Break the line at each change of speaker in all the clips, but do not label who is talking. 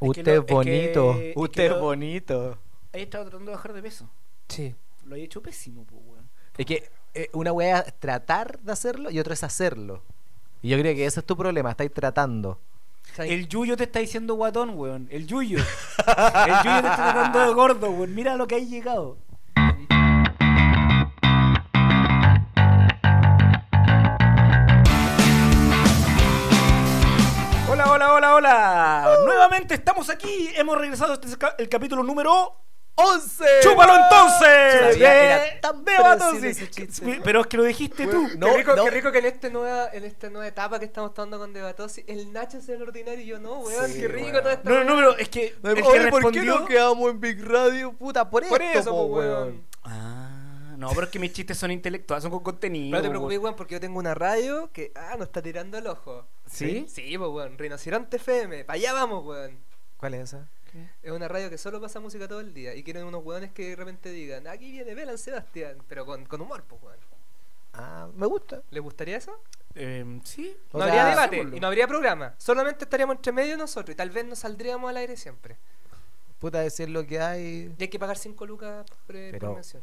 Usted
lo-
es bonito.
que- es que
usted es,
lo-
bonito.
He estado tratando de bajar de peso.
Sí.
Lo he hecho pésimo, pues, weón.
Es que eh, una weá es tratar de hacerlo y otra es hacerlo. Y yo creo que ese es tu problema, estáis tratando.
El Yuyo te está diciendo guatón, weón. El Yuyo. El Yuyo te está tratando de gordo, weón. Mira lo que hay llegado. Hola, hola, hola, hola. Nuevamente estamos aquí. Hemos regresado. Este es ca- el capítulo número.
¡Once!
¡Chúpalo entonces!
Sabía,
de-
era tan
de
predecible
Batosis.
ese chiste.
Que- Pero es que lo dijiste tú.
No,
qué, rico,
no.
qué rico que en, este nueva, en esta nueva etapa que estamos tomando con Debatosi, el Nacho sea el ordinario y yo no, weón.
Sí,
qué rico
weón.
todo esto.
No, no, no, pero es que. el que
Oye, ¿por qué
respondió-
no quedamos en Big Radio? Puta, por, pues,
Por
esto,
eso,
po,
po, weón.
Ah, no, pero es que mis chistes son intelectuales, son con contenido.
Pero no te
weón.
preocupes, weón, porque yo tengo una radio que, ah, nos está tirando el ojo.
¿Sí?
Sí, pues, weón. Rinoceronte FM. Para allá vamos, weón.
¿Cuál es esa?
Es una radio que solo pasa música todo el día y quieren unos weones que de repente digan, aquí viene Belan Sebastián, pero con, con humor, pues, weón.
Ah, me gusta.
¿Les gustaría eso?
Eh, sí.
O
no
sea,
habría debate
hacémoslo.
y no habría programa. Solamente estaríamos entre medio nosotros y tal vez nos saldríamos al aire siempre.
Puta, decir lo que hay.
Y hay que pagar 5 lucas por, eh, por
Pero-
mención.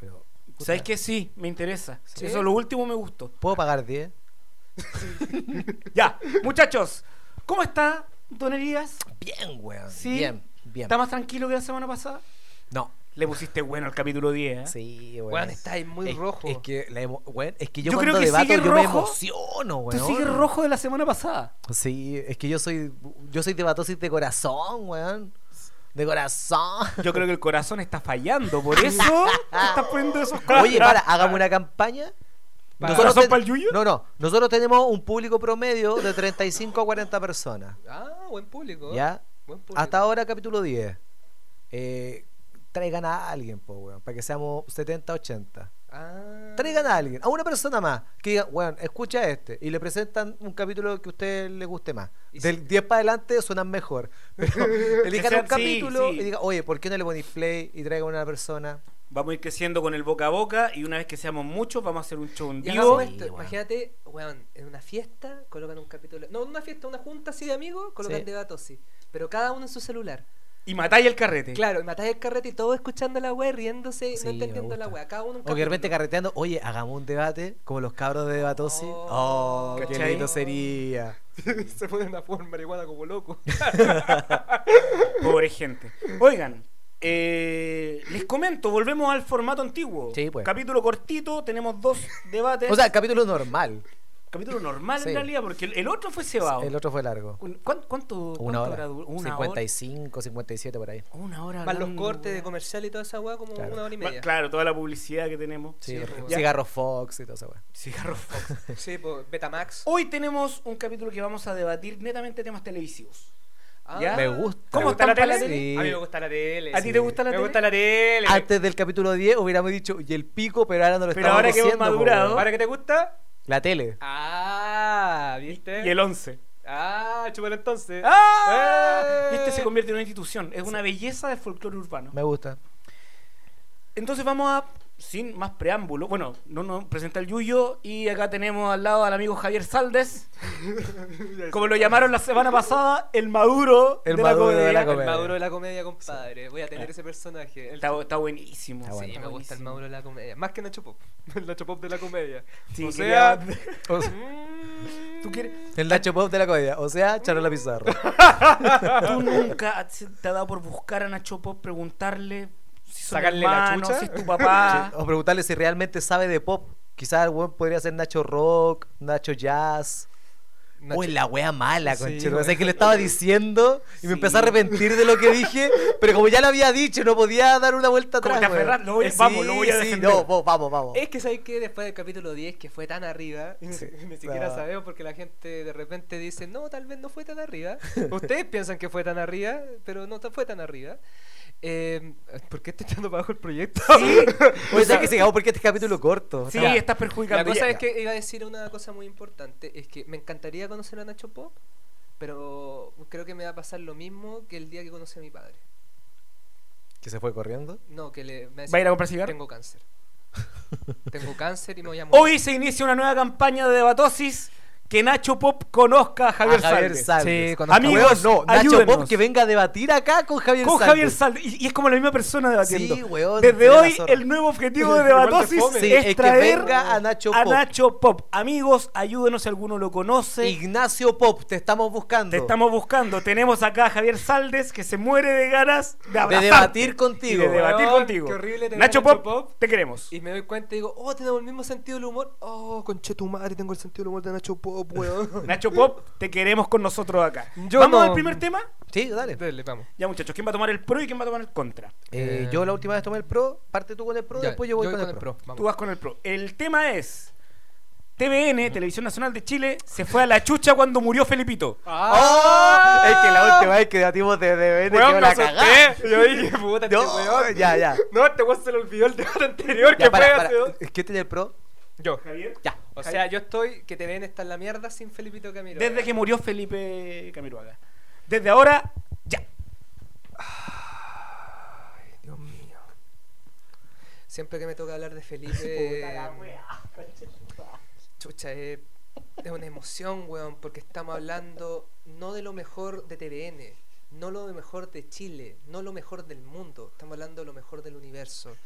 Pero, puta,
¿Sabes qué? Sí, me interesa.
¿Sí?
Eso, lo último me gustó.
¿Puedo pagar 10?
Ya, muchachos, ¿cómo está Don Elías?
Bien, weón.
Sí.
Bien, bien.
¿Está más tranquilo que la semana pasada?
No.
Le pusiste bueno al capítulo 10. ¿eh?
Sí, weón.
Weón, está ahí muy
es,
rojo.
Es que, la emo- weón, es que yo,
Yo creo
cuando
que
debato
sigue
yo me
rojo.
emociono,
Tú
weón.
sigues rojo de la semana pasada.
Sí, es que yo soy yo soy debatosis de corazón, weón. De corazón.
Yo creo que el corazón está fallando, por eso te estás poniendo esos
Oye, para, hagamos una campaña.
Para-
¿Corazón
ten-
pa'l Yuyo?
No, no. Nosotros tenemos un público promedio de 35 a 40 personas.
Ah, buen público.
¿Ya?
Buen público.
Hasta ahora, capítulo 10. Eh, traigan a alguien, po, weón, para que seamos 70, 80.
Ah.
Traigan a alguien, a una persona más, que diga, weón, escucha este, y le presentan un capítulo que a usted le guste más.
Y
Del
si-
10 para adelante suenan mejor. Pero elijan
sean-
un
sí,
capítulo
sí.
y diga, oye, ¿por qué no le ponéis play y traigan a una persona?
Vamos a ir creciendo con el boca a boca y una vez que seamos muchos vamos a hacer un show en
Y
vivo.
hagamos esto,
Sí, weón.
Imagínate, weón, en una fiesta colocan un capítulo. No, en una fiesta, una junta así de amigos, colocan
Sí.
debatosi. Pero cada uno en su celular.
Y matáis el carrete.
Claro, y matáis el carrete y todos escuchando la weá, riéndose, y
Sí,
no
me
entendiendo la
gusta.
weá. Cada uno un
O que de repente
capítulo.
carreteando, oye, hagamos un debate, como los cabros de Debatosi.
Oh,
Oh, qué
¿cachai?
lindo sería.
Se ponen a fumar marihuana como loco.
Pobre gente. Oigan, eh, les comento, volvemos al formato antiguo.
Sí, pues.
Capítulo cortito, tenemos dos debates.
O sea, capítulo normal.
capítulo normal
sí.
en realidad, porque el, el otro fue cebado.
El otro fue largo.
Un- ¿cuán- ¿Cuánto, cuánto
Una hora.
habrá durado? Una
55, 57 por ahí.
hora. Una hora.
Más los
hablando,
cortes de
weón.
comercial y toda esa weá, como
Claro.
una hora y
Ma-
media.
Claro, toda la publicidad que tenemos.
Sí,
Sí, pues,
Cigarro Fox y todo eso, weón.
Cigarro Fox.
Sí, pues, Betamax.
Hoy tenemos un capítulo que vamos a debatir netamente temas televisivos. ¿Ya?
Me gusta.
¿Cómo
¿Me
está la
gusta
tele?
Ah. la tele?
Sí.
A mí me gusta la tele.
¿A ti
sí.
te gusta la
Me
tele?
gusta la tele.
Antes del capítulo 10 hubiéramos dicho, y el pico, pero ahora no lo
Pero
estamos
ahora que hemos
diciendo, po,
madurado.
weón.
¿Ahora qué te gusta?
La tele.
Ah, ¿viste?
Y el 11.
Ah, chúpalo entonces.
¡Ah!
¡Eh!
Este se convierte en una institución. Es una belleza del folclore urbano.
Me gusta.
Entonces vamos a, sin más preámbulo, bueno, no nos presenta el Yuyo y acá tenemos al lado al amigo Javier Saldes, como lo llamaron la semana pasada, el maduro
El
de
maduro
la comedia. Eh.
de la
El
comedia.
Maduro de la comedia, compadre. Voy a tener ese personaje. El-
Está, está buenísimo.
Está
sí,
bueno.
me gusta el
buenísimo.
Maduro de la comedia. Más que Nacho Pop. El Nacho Pop de la comedia.
Sí,
o
quería-
sea,
O sea,
mm,
¿Tú, quieres-
el Nacho Pop de la comedia. O sea, Charola Pizarro.
tú nunca has- te ha dado por buscar a Nacho Pop, preguntarle si son
Sacarle la
hermanos,
chucha.
si es tu papá.
O preguntarle si realmente sabe de pop. Quizás el weón podría ser Nacho Rock, Nacho Jazz.
Nacho-
Uy, la wea mala,
Sí,
conchero.
weón.
O sea, que le estaba diciendo y
Sí.
me empecé a arrepentir de lo que dije, pero como ya lo había dicho, no podía dar una vuelta
Como
atrás.
te
weón.
aferras, lo voy a-
Sí,
vamos, lo voy a
sí,
defender.
no, vos, vamos, vamos.
Es que sabéis que después del capítulo 10, que fue tan arriba,
Sí.
ni siquiera
Ah.
sabemos porque la gente de repente dice, no, tal vez no fue tan arriba. Ustedes piensan que fue tan arriba, pero no ta- fue tan arriba. Eh, ¿Por qué estoy echando para abajo el proyecto?
Oye, ¿sabes que sigamos porque este capítulo corto?
Sí,
Está-
estás perjudicando.
La cosa
Ya,
es que iba a decir una cosa muy importante, es que me encantaría conocer a Nacho Pop, pero creo que me va a pasar lo mismo que el día que conocí a mi padre.
Que se fue corriendo.
No, que le,
¿Va a
me decía,
ir a comprar cigarro?
tengo cáncer. tengo cáncer y me voy a morir.
Hoy se inicia una nueva campaña de debatosis que Nacho Pop conozca a Javier,
A Javier
Saldes.
Saldes.
Sí, conozco.
Amigos,
Weón, no, Nacho
ayúdenos.
Pop que venga a debatir acá con Javier
Con
Saldes.
Javier Saldes. Y, y es como la misma persona debatiendo.
Sí, weón,
Desde
de la
hoy,
zorra.
el nuevo objetivo de
Igual de
Debatosis
fome.
Sí,
es
es que
traer
venga a Nacho
a
Pop.
Nacho Pop. Amigos, ayúdenos si alguno lo conoce.
Ignacio Pop, te estamos buscando.
Te estamos buscando. Tenemos acá a Javier Saldes que se muere de ganas de
de
abrazar.
debatir
y
contigo.
de debatir
Weón,
contigo.
qué horrible tener
Nacho,
a Nacho
Pop,
Pop.
te queremos.
Y me doy cuenta y digo, oh, tenemos el mismo sentido del humor. Oh, conchetumare, tengo el sentido del humor de Nacho Pop, weón.
Nacho Pop, te queremos con nosotros acá.
Yo
Vamos
no-
al primer tema.
Sí, dale.
Dale, vamos.
Ya, muchachos, ¿quién va a tomar el pro y quién va a tomar el contra?
Eh,
Eh,
yo la última vez tomé el pro, parte tú con el pro,
Ya,
después yo voy con, el pro.
vamos.
Tú vas con el pro. El tema es. TVN, Televisión Nacional de Chile, se fue a la chucha cuando murió Felipito.
Ah,
¡Oh! Es que la última vez que debatimos de DBN
Weón,
quedó
me
la cagada.
asusté. ¡Ah! Yo dije, puta, este
No,
weón.
ya, ya.
No, este weón se le olvidó el debate anterior
Ya,
que
para,
fue
para.
hace dos-
¿Quién tenía el pro?
Yo.
Javier.
Ya.
O sea, yo estoy que te ven está en la mierda sin Felipito Camilo.
Desde que murió Felipe Camiroaga. Desde ahora, ya.
Dios mío. Siempre que me toca hablar de Felipe. chucha, eh, es una emoción, weón, porque estamos hablando no de lo mejor de TVN, no lo mejor de Chile, no lo mejor del mundo. Estamos hablando de lo mejor del universo.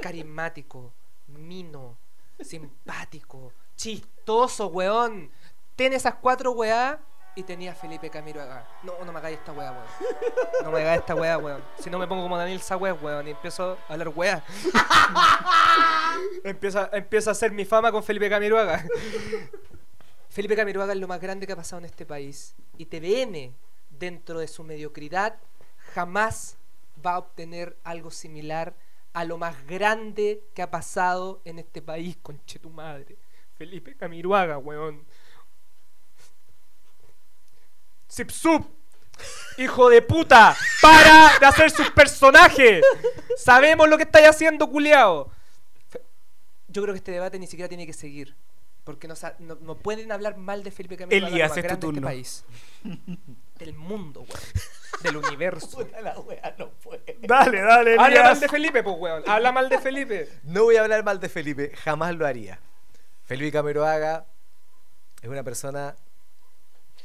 Carismático, mino, simpático, chistoso, weón. Ten esas cuatro weá y tenía a Felipe Camilo acá. No, no me hagáis esta weá, weón. No me hagáis esta weá, weón. Si no me pongo como Daniel Sagüez, weón, y empiezo a hablar weá. empieza, empieza a hacer mi fama con Felipe Camiroaga. Felipe Camiroaga es lo más grande que ha pasado en este país. Y TVN, dentro de su mediocridad, jamás va a obtener algo similar a lo más grande que ha pasado en este país, conche tu madre. Felipe Camiroaga, weón. Sipsup, hijo de puta, para de hacer sus personajes. Sabemos lo que estáis haciendo, culiao. Fe- Yo creo que este debate ni siquiera tiene que seguir. Porque no, sa- no- no pueden hablar mal de Felipe Camiroaga,
Elías,
lo más
es tu
grande de este
turno.
país. Del mundo, weón. Del universo.
la wea, no puede.
Dale, dale,
Habla
Elías.
mal de Felipe, pues, weón. Habla mal de Felipe.
No voy a hablar mal de Felipe, jamás lo haría. Felipe Cameroaga es una persona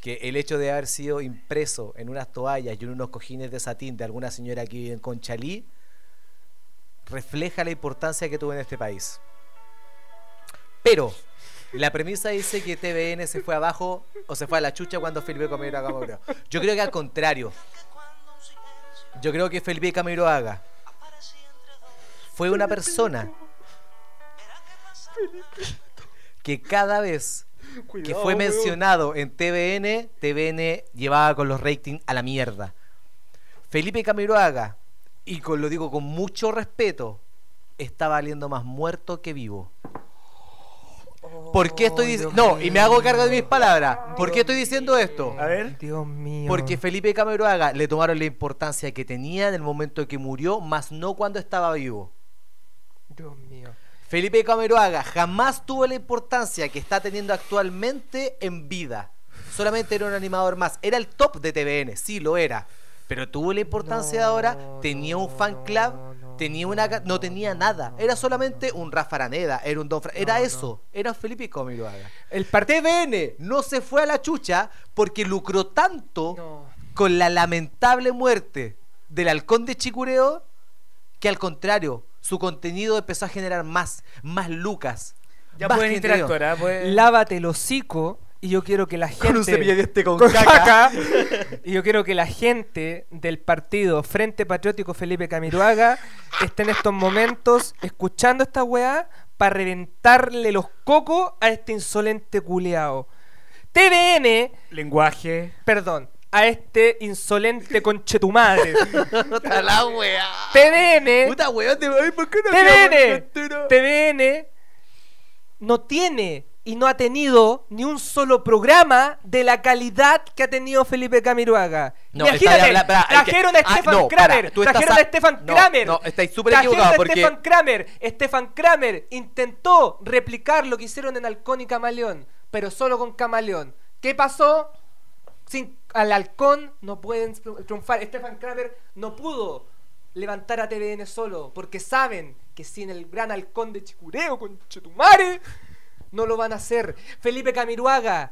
que el hecho de haber sido impreso en unas toallas y en unos cojines de satín de alguna señora que vive en Conchalí refleja la importancia que tuvo en este país. Pero la premisa dice que TVN se fue abajo o se fue a la chucha cuando Felipe Camiroaga murió. Yo creo que al contrario. Yo creo que Felipe Camiroaga fue una persona que cada vez que
Cuidado,
fue
weón.
mencionado en TVN, TVN llevaba con los ratings a la mierda. Felipe Camiroaga, y con, lo digo con mucho respeto, está valiendo más muerto que vivo. ¿Por qué estoy diciendo.? No, y me hago cargo de mis palabras. ¿Por qué estoy diciendo esto?
A ver.
Dios mío.
Porque Felipe Camiroaga le tomaron la importancia que tenía en el momento que murió, más no cuando estaba vivo.
Dios mío.
Felipe Camiroaga jamás tuvo la importancia que está teniendo actualmente en vida. Solamente era un animador más. Era el top de TVN, sí lo era. Pero tuvo la importancia de ahora,
No,
tenía
no,
un fan club,
no, no,
tenía una ca- no,
no,
tenía
no,
nada.
no,
Era
no,
solamente un Rafa Araneda, era un Don Fra- era
No,
eso, era Felipe Camiroaga.
El partido.
TVN no se fue a la chucha porque lucró tanto
No.
con la lamentable muerte del halcón de Chicureo, que al contrario, su contenido empezó a generar más, más lucas.
Ya
más
pueden
contenido.
interactuar, ¿ah? Pueden-
Lávate el hocico y yo quiero que la
Eh.
gente.
Con un cepillo de dientes con,
con
caca.
caca. Y yo quiero que la gente del partido Frente Patriótico Felipe Camiroaga esté en estos momentos escuchando esta weá para reventarle los cocos a este insolente culeado. TVN,
Lenguaje.
perdón, a este insolente conchetumadre.
Puta la wea.
TVN,
Puta weón, te ay, ¿por qué no quedamos
TVN,
entero?
TVN no tiene y no ha tenido ni un solo programa de la calidad que ha tenido Felipe Camiroaga.
No, está
Imagínate,
de hablar- pará, hay que-
trajeron a
ah,
Stefan
no, pará,
Kramer,
tú estás
trajeron
a-
a Stefan
no,
Kramer.
no, estáis súper
trajeron
equivocado,
a
porque-
Stefan Kramer, Stefan Kramer intentó replicar lo que hicieron en Halcón y Camaleón, pero solo con Camaleón. ¿Qué pasó? Sin, al halcón no pueden tru- triunfar. Stefan Kramer no pudo levantar a TVN solo, porque saben que sin el gran halcón de Chicureo con Chetumare No lo van a hacer. Felipe Camiruaga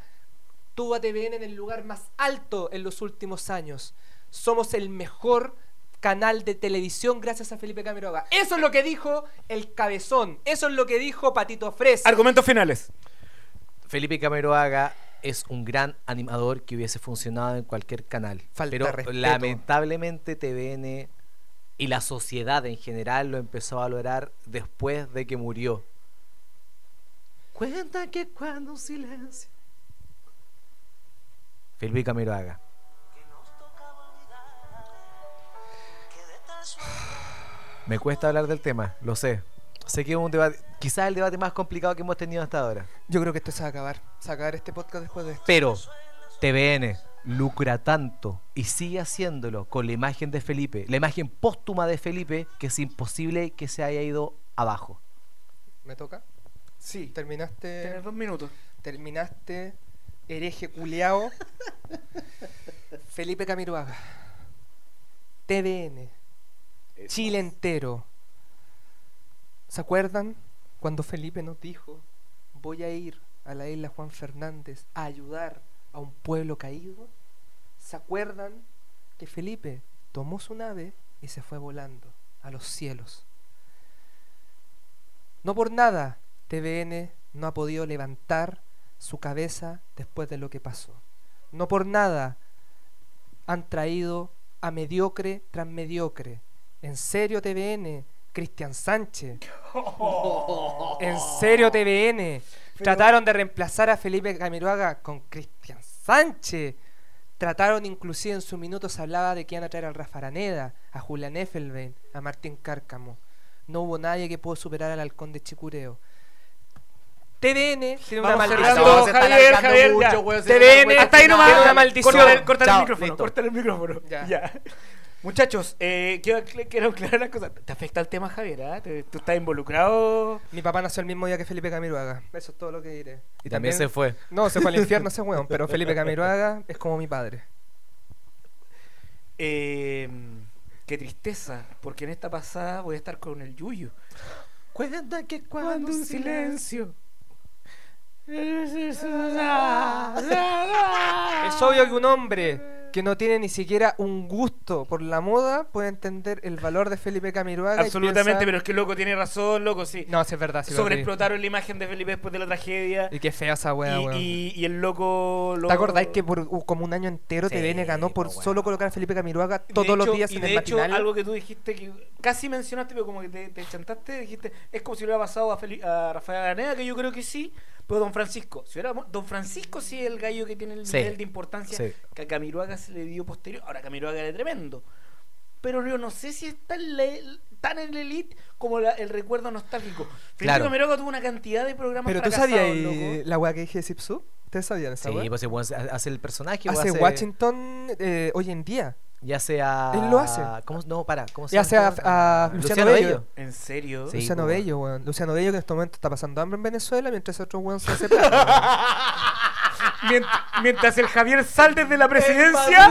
tuvo a TVN en el lugar más alto en los últimos años. Somos el mejor canal de televisión gracias a Felipe Camiroaga. Eso es lo que dijo el cabezón. Eso es lo que dijo Patito Fres.
Argumentos finales.
Felipe Cameroaga es un gran animador que hubiese funcionado en cualquier canal.
Falta
pero
respeto.
lamentablemente TVN y la sociedad en general lo empezó a valorar después de que murió. Cuenta que cuando un silencio. Felipe Camiroaga. Me cuesta hablar del tema, lo sé. Sé que es un debate, quizás el debate más complicado que hemos tenido hasta ahora.
Yo creo que esto se va a acabar. Se va a acabar este podcast después de esto.
Pero TVN lucra tanto y sigue haciéndolo con la imagen de Felipe, la imagen póstuma de Felipe, que es imposible que se haya ido abajo.
¿Me toca?
Sí.
Terminaste.
Tienes dos minutos.
Terminaste. Hereje culiao. Felipe Camiroaga. TVN. Chile entero. ¿Se acuerdan cuando Felipe nos dijo, voy a ir a la isla Juan Fernández a ayudar a un pueblo caído? ¿Se acuerdan que Felipe tomó su nave y se fue volando a los cielos? No por nada TVN no ha podido levantar su cabeza después de lo que pasó. No por nada han traído a mediocre tras mediocre. En serio TVN, Cristian Sánchez. En serio TVN. Trataron de reemplazar a Felipe Camiroaga con Cristian Sánchez. Trataron inclusive en su minuto se hablaba de que iban a traer al Rafa Araneda, a Julián Effelbein, a Martín Cárcamo. No hubo nadie que pudo superar al halcón de Chicureo. TVN tiene una
Vamos
maldición.
cerrando,
Javier,
Javier, Javier,
ya.
ya.
TVN,
Hasta ahí nomás.
tiene una maldición.
Cortar el, cortar
Chao,
el micrófono.
listo.
Cortar el micrófono.
Ya.
Ya. Muchachos, eh, quiero, acla- quiero aclarar una cosa. ¿Te afecta el tema, Javier? ah? ¿Te- ¿Tú estás involucrado?
Mi papá nació el mismo día que Felipe Camiroaga. Eso es todo lo que diré.
Y también, se fue.
No, se fue al infierno ese weón, pero Felipe Camiroaga es como mi padre.
Eh, qué tristeza, porque en esta pasada voy a estar con el Yuyo.
Cuenta que
Cuando un silencio. Es
Es obvio que un hombre que no tiene ni siquiera un gusto por la moda puede entender el valor de Felipe Camiroaga. y
Absolutamente,
piensa-
pero es que loco tiene razón, loco, sí.
No, sí es verdad. Sí, Sobre
Sobreexplotaron la imagen de Felipe después de la tragedia.
y qué fea esa weá,
Y,
weón.
y- y el loco.
¿Te
loco-
acordáis que por u- como un año entero
Sí,
TVN ganó por
po, weón.
solo colocar a Felipe Camiroaga
de
todos los
hecho-
días
y
en
de
el
hecho,
matinal?
Algo que tú dijiste que casi mencionaste, pero como que te, te chantaste, dijiste, es como si le hubiera pasado a, Feli- a Rafael Araneda, que yo creo que sí, pero Don Francisco. Si hubiera, mu- don Francisco sí es el gallo que tiene el
Sí.
nivel de importancia
Sí.
que a Camiroaga se le dio posterior. Ahora Camiroaga era tremendo. Pero yo no sé si es tan, le- tan en la elite como la- el recuerdo nostálgico. Felipe
Claro.
Camiroaga tuvo una cantidad de programas
Pero tú
fracasados,
sabías
loco.
eh, la weá que dije de Zipsu. ¿Ustedes sabían esa
Sí,
weá?
pues el weón hace- hace el personaje.
hace
weón,
Washington eh, hoy en día.
Ya sea.
Él lo hace.
¿Cómo, no, para. ¿Cómo se
Y hace a,
llama? este
a Luciano Bello.
¿En serio?
Sí.
Luciano
po, weón.
Bello, weón. Luciano Bello que en este momento está pasando hambre en Venezuela mientras otro weón se hace plata.
Mient- mientras el Javier Saldes de la presidencia.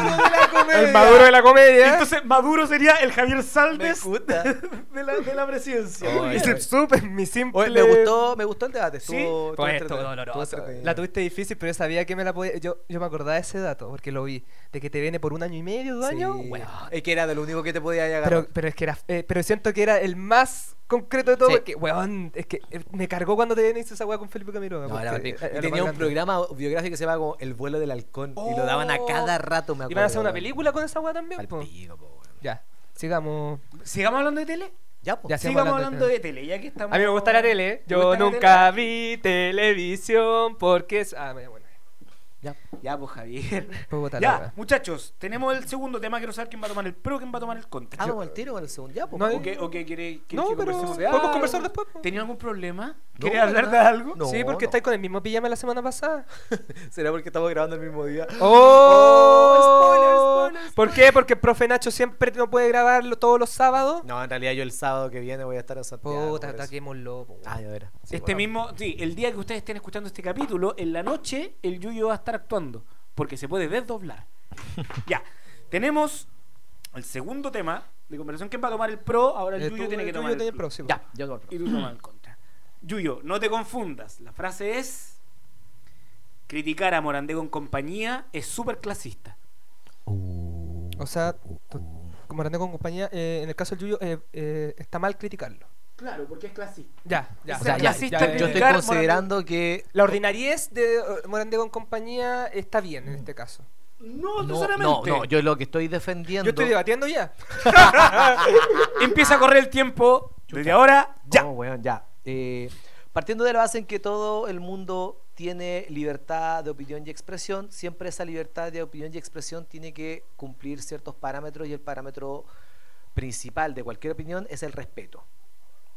weón. El maduro de la comedia.
Entonces Maduro sería el Javier
Me
Saldes
gusta.
de la, de la presidencia.
Oh,
Y se supe, mi simple.
Oye, me gustó, me gustó el debate.
Sí,
estuvo- estuvo
pues,
entretenido,
estuvo
estuvo
doloroso.
entretenido.
La tuviste difícil, pero yo sabía que me la podía. Yo, yo me acordaba de ese dato porque lo vi. De que te viene por un año y medio, dos
Sí.
años. weón.
Es que era de lo único que te podía llegar.
Pero, pero es que era. eh, pero siento que era el más concreto de todo.
Sí.
Porque, weón, es que eh, me cargó cuando te viene hizo esa weá con Felipe Camiroaga.
No,
porque
era Martín.
era
Y
lo más
tenía un
grande.
programa biográfico que se llama como El vuelo del halcón y lo daban a
Oh.
cada rato, me acuerdo.
¿Y van a hacer una
weón.
película con esa weá también?
Al
po?
pico, po, weón.
Ya, sigamos.
¿Sigamos hablando de tele?
Ya, po.
Ya sé.
Sigamos hablando, de, tele. ya que estamos.
A mí me gusta la tele. ¿eh?
¿Te
Yo
gusta la
nunca vi televisión porque es. Ah, me- bueno.
Ya.
tele? Ya, pues Javier.
puedo botar la
Ya,
weá.
muchachos, tenemos el segundo tema. Quiero saber quién va a tomar el pro, quién va a tomar el contra.
Ah, vamos al tiro con el segundo. Ya, po.
No hay-
¿O qué, o qué quiere, quieres
No,
que
pero
conversemos de
podemos
algo?
conversar después. po.
¿Tenía algún problema?
No,
¿Quieres hablar de
¿verdad?
algo?
No,
sí, porque
no.
estáis con el mismo pijama la semana pasada.
Será porque estamos grabando el mismo día.
eh. ¡Oh!
spoiler, spoiler,
¿Por qué? Porque el profe Nacho siempre no puede grabarlo todos los sábados.
No, en realidad yo el sábado que viene voy a estar en Santiago.
Puta,
por eso.
ataquémoslo. po.
Ah, ya verás. Sí,
este
bueno.
mismo, sí, el día que ustedes estén escuchando este capítulo, en la noche, el Yuyo va a estar actuando, porque se puede desdoblar. ya, tenemos el segundo tema de conversación. ¿Quién va a tomar el pro? Ahora el
Eh,
Yuyo
tú-
tiene que
el
tomar
Yuyo
el
tiene
pro.
el pro, sí, pues.
Ya,
Ya, yo tomo el pro.
y tú tomas el contra. Yuyo, no te confundas. La frase es. Criticar a Morandé con compañía es súper clasista.
O sea, como Randé con compañía, eh, en el caso del Yuyo eh, eh, está mal criticarlo.
Claro, porque es clasista.
Ya, ya.
O sea,
ya,
ya,
ya,
ya,
ya,
Yo estoy
Criticar,
considerando que.
Este La ordinariez de eh, Morandé con compañía está bien en este caso.
No,
No,
no,
necesariamente.
no, yo lo que estoy defendiendo.
Yo estoy debatiendo ya.
Empieza a correr el tiempo. Desde ahora, ya.
No, Oh, weón, ya. Eh, partiendo de la base en que todo el mundo tiene libertad de opinión y expresión, siempre esa libertad de opinión y expresión tiene que cumplir ciertos parámetros y el parámetro principal de cualquier opinión es el respeto.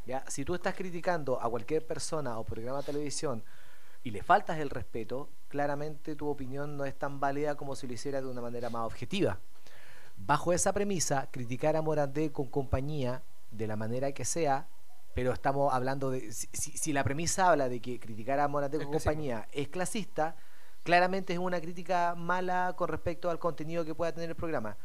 ¿ya? Si tú estás criticando a cualquier persona o programa de televisión y le faltas el respeto, claramente tu opinión no es tan válida como si lo hiciera de una manera más objetiva. Bajo esa premisa, criticar a Morandé con compañía, de la manera que sea, pero estamos hablando de. Si, si- si la premisa habla de que criticar a Morandé
Es
con
clasismo.
compañía es clasista, claramente es una crítica mala con respecto al contenido que pueda tener el programa.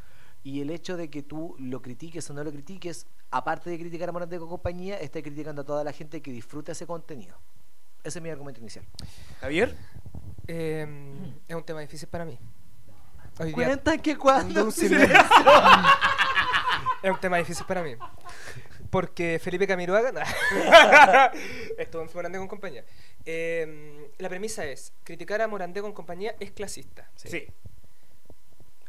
Y el hecho de que tú lo critiques o no lo critiques, aparte de criticar a Morandé con compañía, está criticando a toda la gente que disfruta ese contenido. Ese es mi argumento inicial.
Javier.
Eh, es un tema difícil para mí. Hoy día
Cuenta que cuando.
tengo un silencio. es un tema difícil para mí. Porque Felipe Camiroaga nah. estuvo en Morandé con compañía. Eh, la premisa es, criticar a Morandé con compañía es clasista.
Sí.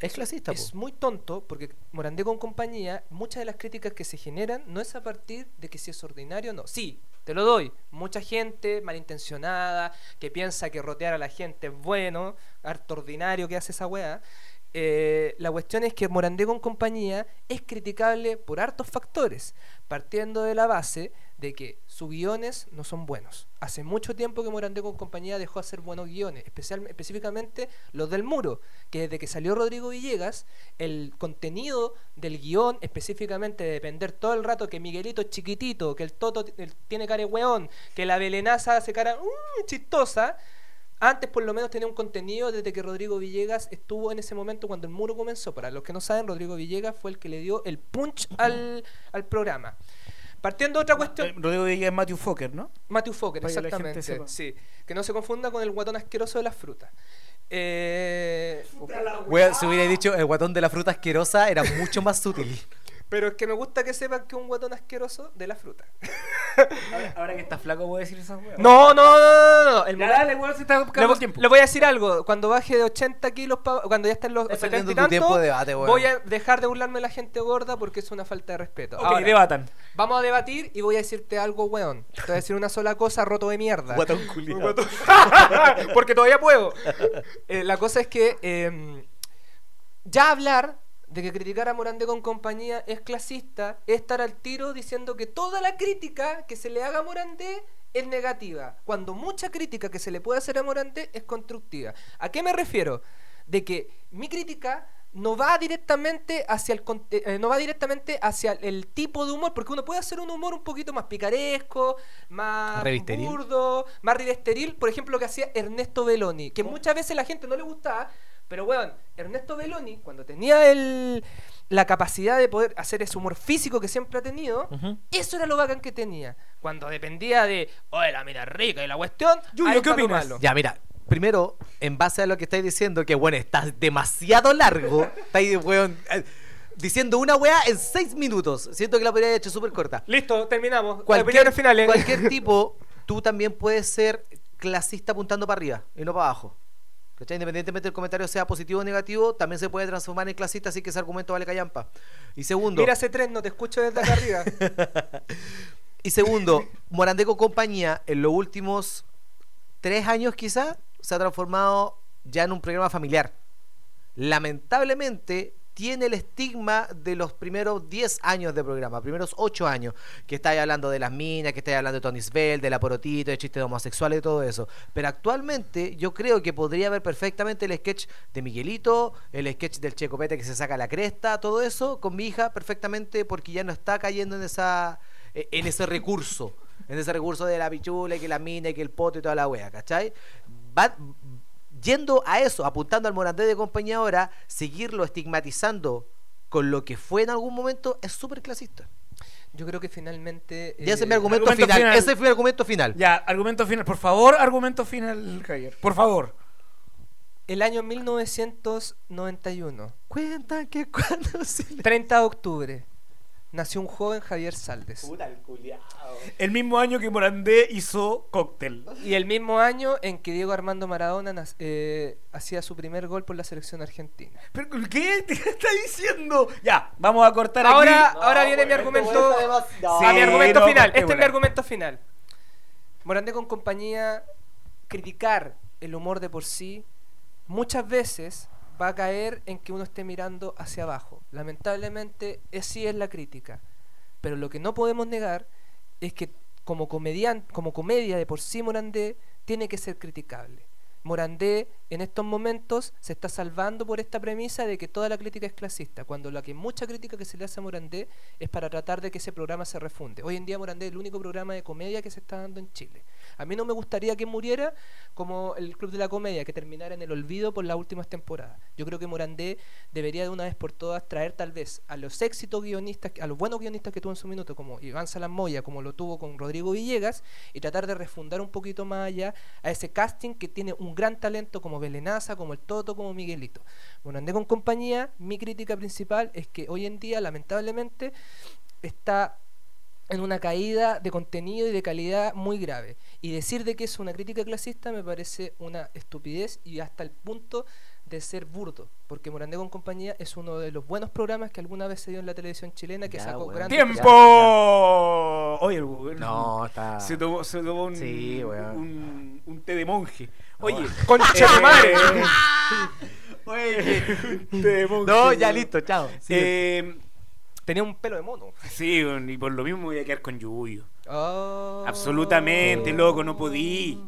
Es clasista, po.
Es muy tonto porque Morandé con compañía, muchas de las críticas que se generan no es a partir de que si es ordinario o no. Sí, te lo doy. Mucha gente malintencionada que piensa que rotear a la gente es bueno, harto ordinario que hace esa weá. Eh, la cuestión es que Morandé con compañía es criticable por hartos factores, partiendo de la base de que sus guiones no son buenos. Hace mucho tiempo que Morandé con compañía dejó de hacer buenos guiones, especial- específicamente los del muro, que desde que salió Rodrigo Villegas, el contenido del guión, específicamente de depender todo el rato que Miguelito es chiquitito, que el Toto t- el- tiene cara de weón, que la Belenaza hace cara "Mm, chistosa, antes por lo menos tenía un contenido desde que Rodrigo Villegas estuvo en ese momento cuando el muro comenzó. Para los que no saben, Rodrigo Villegas fue el que le dio el punch al, al programa. Partiendo de otra cuestión...
Eh, Rodrigo Villegas es Matthew Fokker, ¿no?
Matthew Fokker,
Para que la gente
exactamente.
sepa.
sí. Que no se confunda con el guatón asqueroso de las frutas. Eh,
Weón, si hubiera dicho el guatón de la fruta asquerosa era mucho más sutil.
pero es que me gusta que sepan que un guatón asqueroso de las frutas.
Ahora, ahora que estás flaco, voy a decir esas weas.
No, no, no, no, no, no. El
Ya
momento-
dale, weón, se está
le,
acabando el
voy-
tiempo.
le voy a decir algo. Cuando baje de 80 kilos, pa- cuando ya estén los
Estás
70 y
perdiendo tu tiempo
tanto,
de debate, weón.
voy a dejar de burlarme de la gente gorda porque es una falta de respeto.
Ok,
Ahora,
debatan.
vamos a debatir y voy a decirte algo, weón. Te voy a decir una sola cosa, roto de mierda.
Guatón culiao.
Porque todavía puedo. Eh, la cosa es que eh, ya hablar de que criticar a Morandé con compañía es clasista es estar al tiro diciendo que toda la crítica que se le haga a Morandé es negativa, cuando mucha crítica que se le puede hacer a Morandé es constructiva. ¿A qué me refiero? De que mi crítica no va directamente hacia el con- eh, eh, no va directamente hacia el tipo de humor, porque uno puede hacer un humor un poquito más picaresco, más
Revisteril.
burdo, más rivesteril, por ejemplo lo que hacía Ernesto Belloni,
Oh.
que muchas veces la gente no le gustaba, pero weón, Ernesto Belloni, cuando tenía el, la capacidad de poder hacer ese humor físico que siempre ha tenido,
Ujú.
eso era lo bacán que tenía. Cuando dependía de, oye, la mira rica y la cuestión,
Yuyo,
ahí
¿qué
está lo
opinas?
malo.
Ya, mira, primero, en base a lo que estáis diciendo, que bueno, estás demasiado largo, estáis, weón, eh, diciendo una weá en seis minutos. Siento que la podría haber hecho súper corta.
Listo, terminamos.
Cualquier,
Opiniones finales.
cualquier tipo, tú también puedes ser clasista apuntando para arriba y no para abajo. ¿Cachai? Independientemente del comentario sea positivo o negativo, también se puede transformar en clasista, así que ese argumento vale callampa. Y segundo,
Mira ese tren, no te escucho desde acá arriba.
Y segundo, Morandeco Compañía en los últimos tres años quizás se ha transformado ya en un programa familiar. Lamentablemente tiene el estigma de los primeros 10 años de programa, primeros 8 años, que estáis hablando de las minas, que estáis hablando de Tony Svel, de la porotito, de chistes homosexuales y todo eso. Pero actualmente yo creo que podría haber perfectamente el sketch de Miguelito, el sketch del Checopete que se saca la cresta, todo eso con mi hija perfectamente porque ya no está cayendo en esa e- en ese recurso, en ese recurso de la pichula, y que la mina, y que el poto y toda la wea, ¿cachai? Va yendo a eso, apuntando al Morandé de compañía ahora, seguirlo estigmatizando con lo que fue en algún momento es súper clasista.
Yo creo que finalmente.
Ya ese es mi
eh,
argumento,
argumento
final.
final.
Ese fue mi argumento final.
Ya, argumento final. Por favor, argumento final, Javier. Por favor.
El año 1991,
Cuentan que cuando se le-
30 de octubre, nació un joven Javier Saldes.
El mismo año que Morandé hizo cóctel.
Y el mismo año en que Diego Armando Maradona nas- eh, hacía su primer gol por la selección argentina.
¿Pero qué te está diciendo? Ya, vamos a cortar
Ahora,
aquí.
ahora viene mi argumento.
Sí,
a mi argumento
no,
final.
corté
Este es mi
bola.
argumento final. Morandé con compañía, criticar el humor de por sí, muchas veces va a caer en que uno esté mirando hacia abajo. Lamentablemente, así es la crítica. Pero lo que no podemos negar es que como, comedian, como comedia de por sí Morandé tiene que ser criticable. Morandé en estos momentos se está salvando por esta premisa de que toda la crítica es clasista, cuando la que mucha crítica que se le hace a Morandé es para tratar de que ese programa se refunde. Hoy en día Morandé es el único programa de comedia que se está dando en Chile. A mí no me gustaría que muriera como el Club de la Comedia, que terminara en el olvido por las últimas temporadas. Yo creo que Morandé debería de una vez por todas traer tal vez a los éxitos guionistas, a los buenos guionistas que tuvo en su minuto, como Iván Salamoya, como lo tuvo con Rodrigo Villegas, y tratar de refundar un poquito más allá a ese casting que tiene un gran talento como Belenaza, como el Toto, como Miguelito. Morandé con compañía, mi crítica principal es que hoy en día, lamentablemente, está en una caída de contenido y de calidad muy grave. Y decir de que es una crítica clasista me parece una estupidez y hasta el punto de ser burdo, porque Morandé con compañía es uno de los buenos programas que alguna vez se dio en la televisión chilena que
Ya,
sacó
weón.
grandes
¡Tiempo! Oye, el weón
No, está.
Se tomó, se tomó un,
Sí, weón.
un, un té de monje. Oye,
¡Concha de madre!
Oye, un té de monje.
No, ya
weón.
listo, chao. Sigue.
Eh,
Tenía un pelo de mono.
sí, weón, y por lo mismo voy a quedar con Yuyo.
Oh.
Absolutamente, loco, no podí.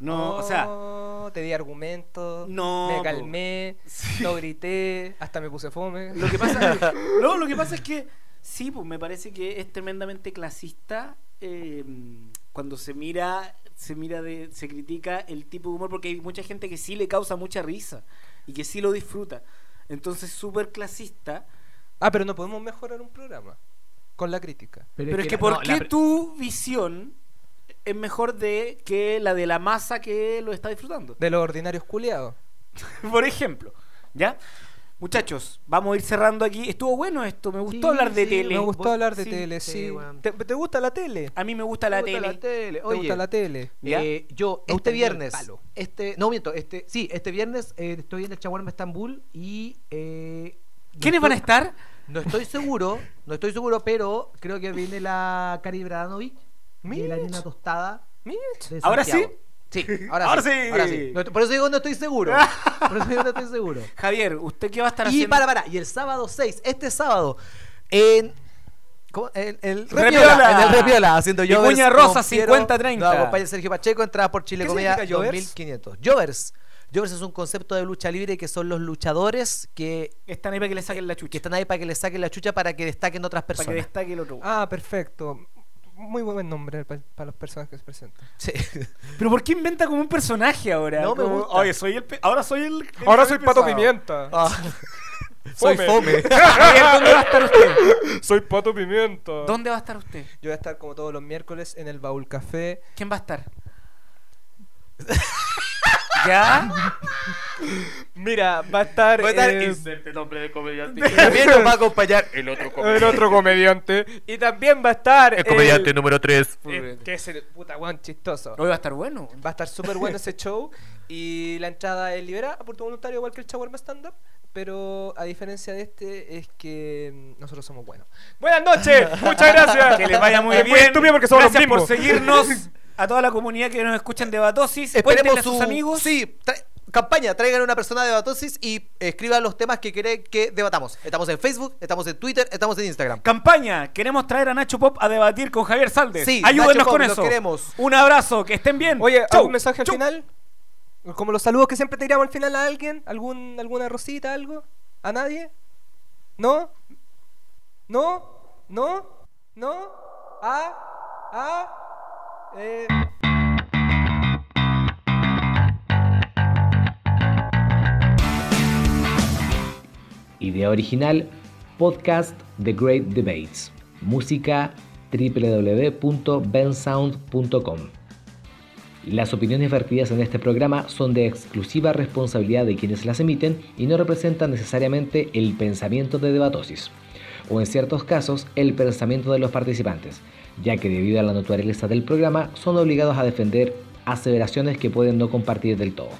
No, o sea,
Oh, te di argumentos,
No,
me
po.
calmé,
Sí.
no grité, hasta me puse fome.
lo que pasa, no, lo que pasa es que sí, pues me parece que es tremendamente clasista eh, cuando se mira, se mira de, se critica el tipo de humor porque hay mucha gente que sí le causa mucha risa y que sí lo disfruta. Entonces, súper clasista.
Ah, pero no podemos mejorar un programa con la crítica.
Pero, es que,
la-
¿por
no, la
qué
pre-
tu visión es mejor de que la de la masa que lo está disfrutando?
De los ordinarios culiados.
Por ejemplo, ¿ya? Muchachos, vamos a ir cerrando aquí. Estuvo bueno esto, me gustó
Sí,
hablar de
sí,
tele.
Me gustó
voy-
hablar de
sí,
tele,
sí,
sí.
weón.
¿Te, te gusta la tele?
A mí me gusta la
Me
tele.
gusta la tele.
¿Te
Oye,
gusta la tele?
¿Ya?
eh, yo
Me
este
gusta el nivel
viernes,
palo.
este, no miento, este, sí, este viernes eh, estoy en el Chaguarma Estambul y eh, no
¿Quiénes van a
estoy-
estar?
No estoy seguro, no estoy seguro, pero creo que viene la Cari Bradanovic y
Mira.
la nena tostada.
Mitch.
de
¿Ahora
Santiago. Sí, ahora,
Ahora
sí,
sí.
Ahora sí. No, por eso digo no estoy seguro. Por eso digo no estoy seguro.
Javier, ¿usted qué va a estar
Y
haciendo?
para, para, y el sábado 6, este sábado, en. ¿Cómo? El, el
Repiola.
Repiola, En el Repiola, haciendo
Vicuña
Jovers. con
Rosa,
Piero.
50-30.
Nos acompaña Sergio Pacheco, entrada por Chile
¿Qué
Comedia
significa Jovers?
2500. Jovers. Jovers es un concepto de lucha libre que son los luchadores que,
Están ahí para que le saquen la chucha.
que están ahí para que le saquen la chucha para que destaquen otras
para que
personas.
destaque el otro.
Ah, perfecto. Muy buen nombre pa- para las personas que se presentan.
Sí.
Pero ¿por qué inventa como un personaje ahora?
No me
Como,
gusta.
Oye, soy el pe- ahora soy el, el Javier Pesado".
Pimienta.
Ah. Soy fome.
Javier, ¿dónde va a estar usted?
Soy Pato Pimienta.
¿Dónde va a estar usted?
Yo voy a estar como todos los miércoles en el Baúl Café.
¿Quién va a estar? ¿Ya?
Mira, va a estar, eh,
nombre de comediante.
También nos va a acompañar
El otro
el otro comediante. Y también va a estar el,
número 3.
eh, que es el puta weón chistoso.
Hoy va a estar bueno.
Va a estar súper bueno ese show. Y la entrada es liberada, aporte voluntario, igual que el Shawarma Stand Up. Pero a diferencia de este, es que mm, nosotros somos buenos. Buenas noches, muchas gracias.
Que les vaya muy
Es
bien.
estúpido porque somos
Gracias
los
por
mismos.
seguirnos. A toda la comunidad que nos escuchan de Batosis. Cuéntenle
Esperemos
a sus
su-
amigos.
Sí, tra- campaña, traigan a una persona de debatosis y escriban los temas que quieren que debatamos. Estamos en Facebook, estamos en Twitter, estamos en Instagram.
Campaña. Queremos traer a Nacho Pop a debatir con Javier Saldes.
Sí,
Ayúdenos
Nacho
con
Pop, lo
eso.
queremos.
Un abrazo. Que estén bien.
Oye,
Chau,
¿algún mensaje
chau.
al final? Como los saludos que siempre te tiramos al final a alguien. ¿Algún, ¿Alguna rosita, algo? ¿A nadie? ¿No? ¿No? ¿No? ¿No? ¿Ah? ¿Ah? Eh...
Idea original, podcast The Great Debates.
música www.bensound.com. Las opiniones vertidas en este programa son de exclusiva responsabilidad de quienes las emiten y no representan necesariamente el pensamiento de Debatosis, o en ciertos casos el pensamiento de los participantes, ya que debido a la naturaleza del programa son obligados a defender aseveraciones que pueden no compartir del todo.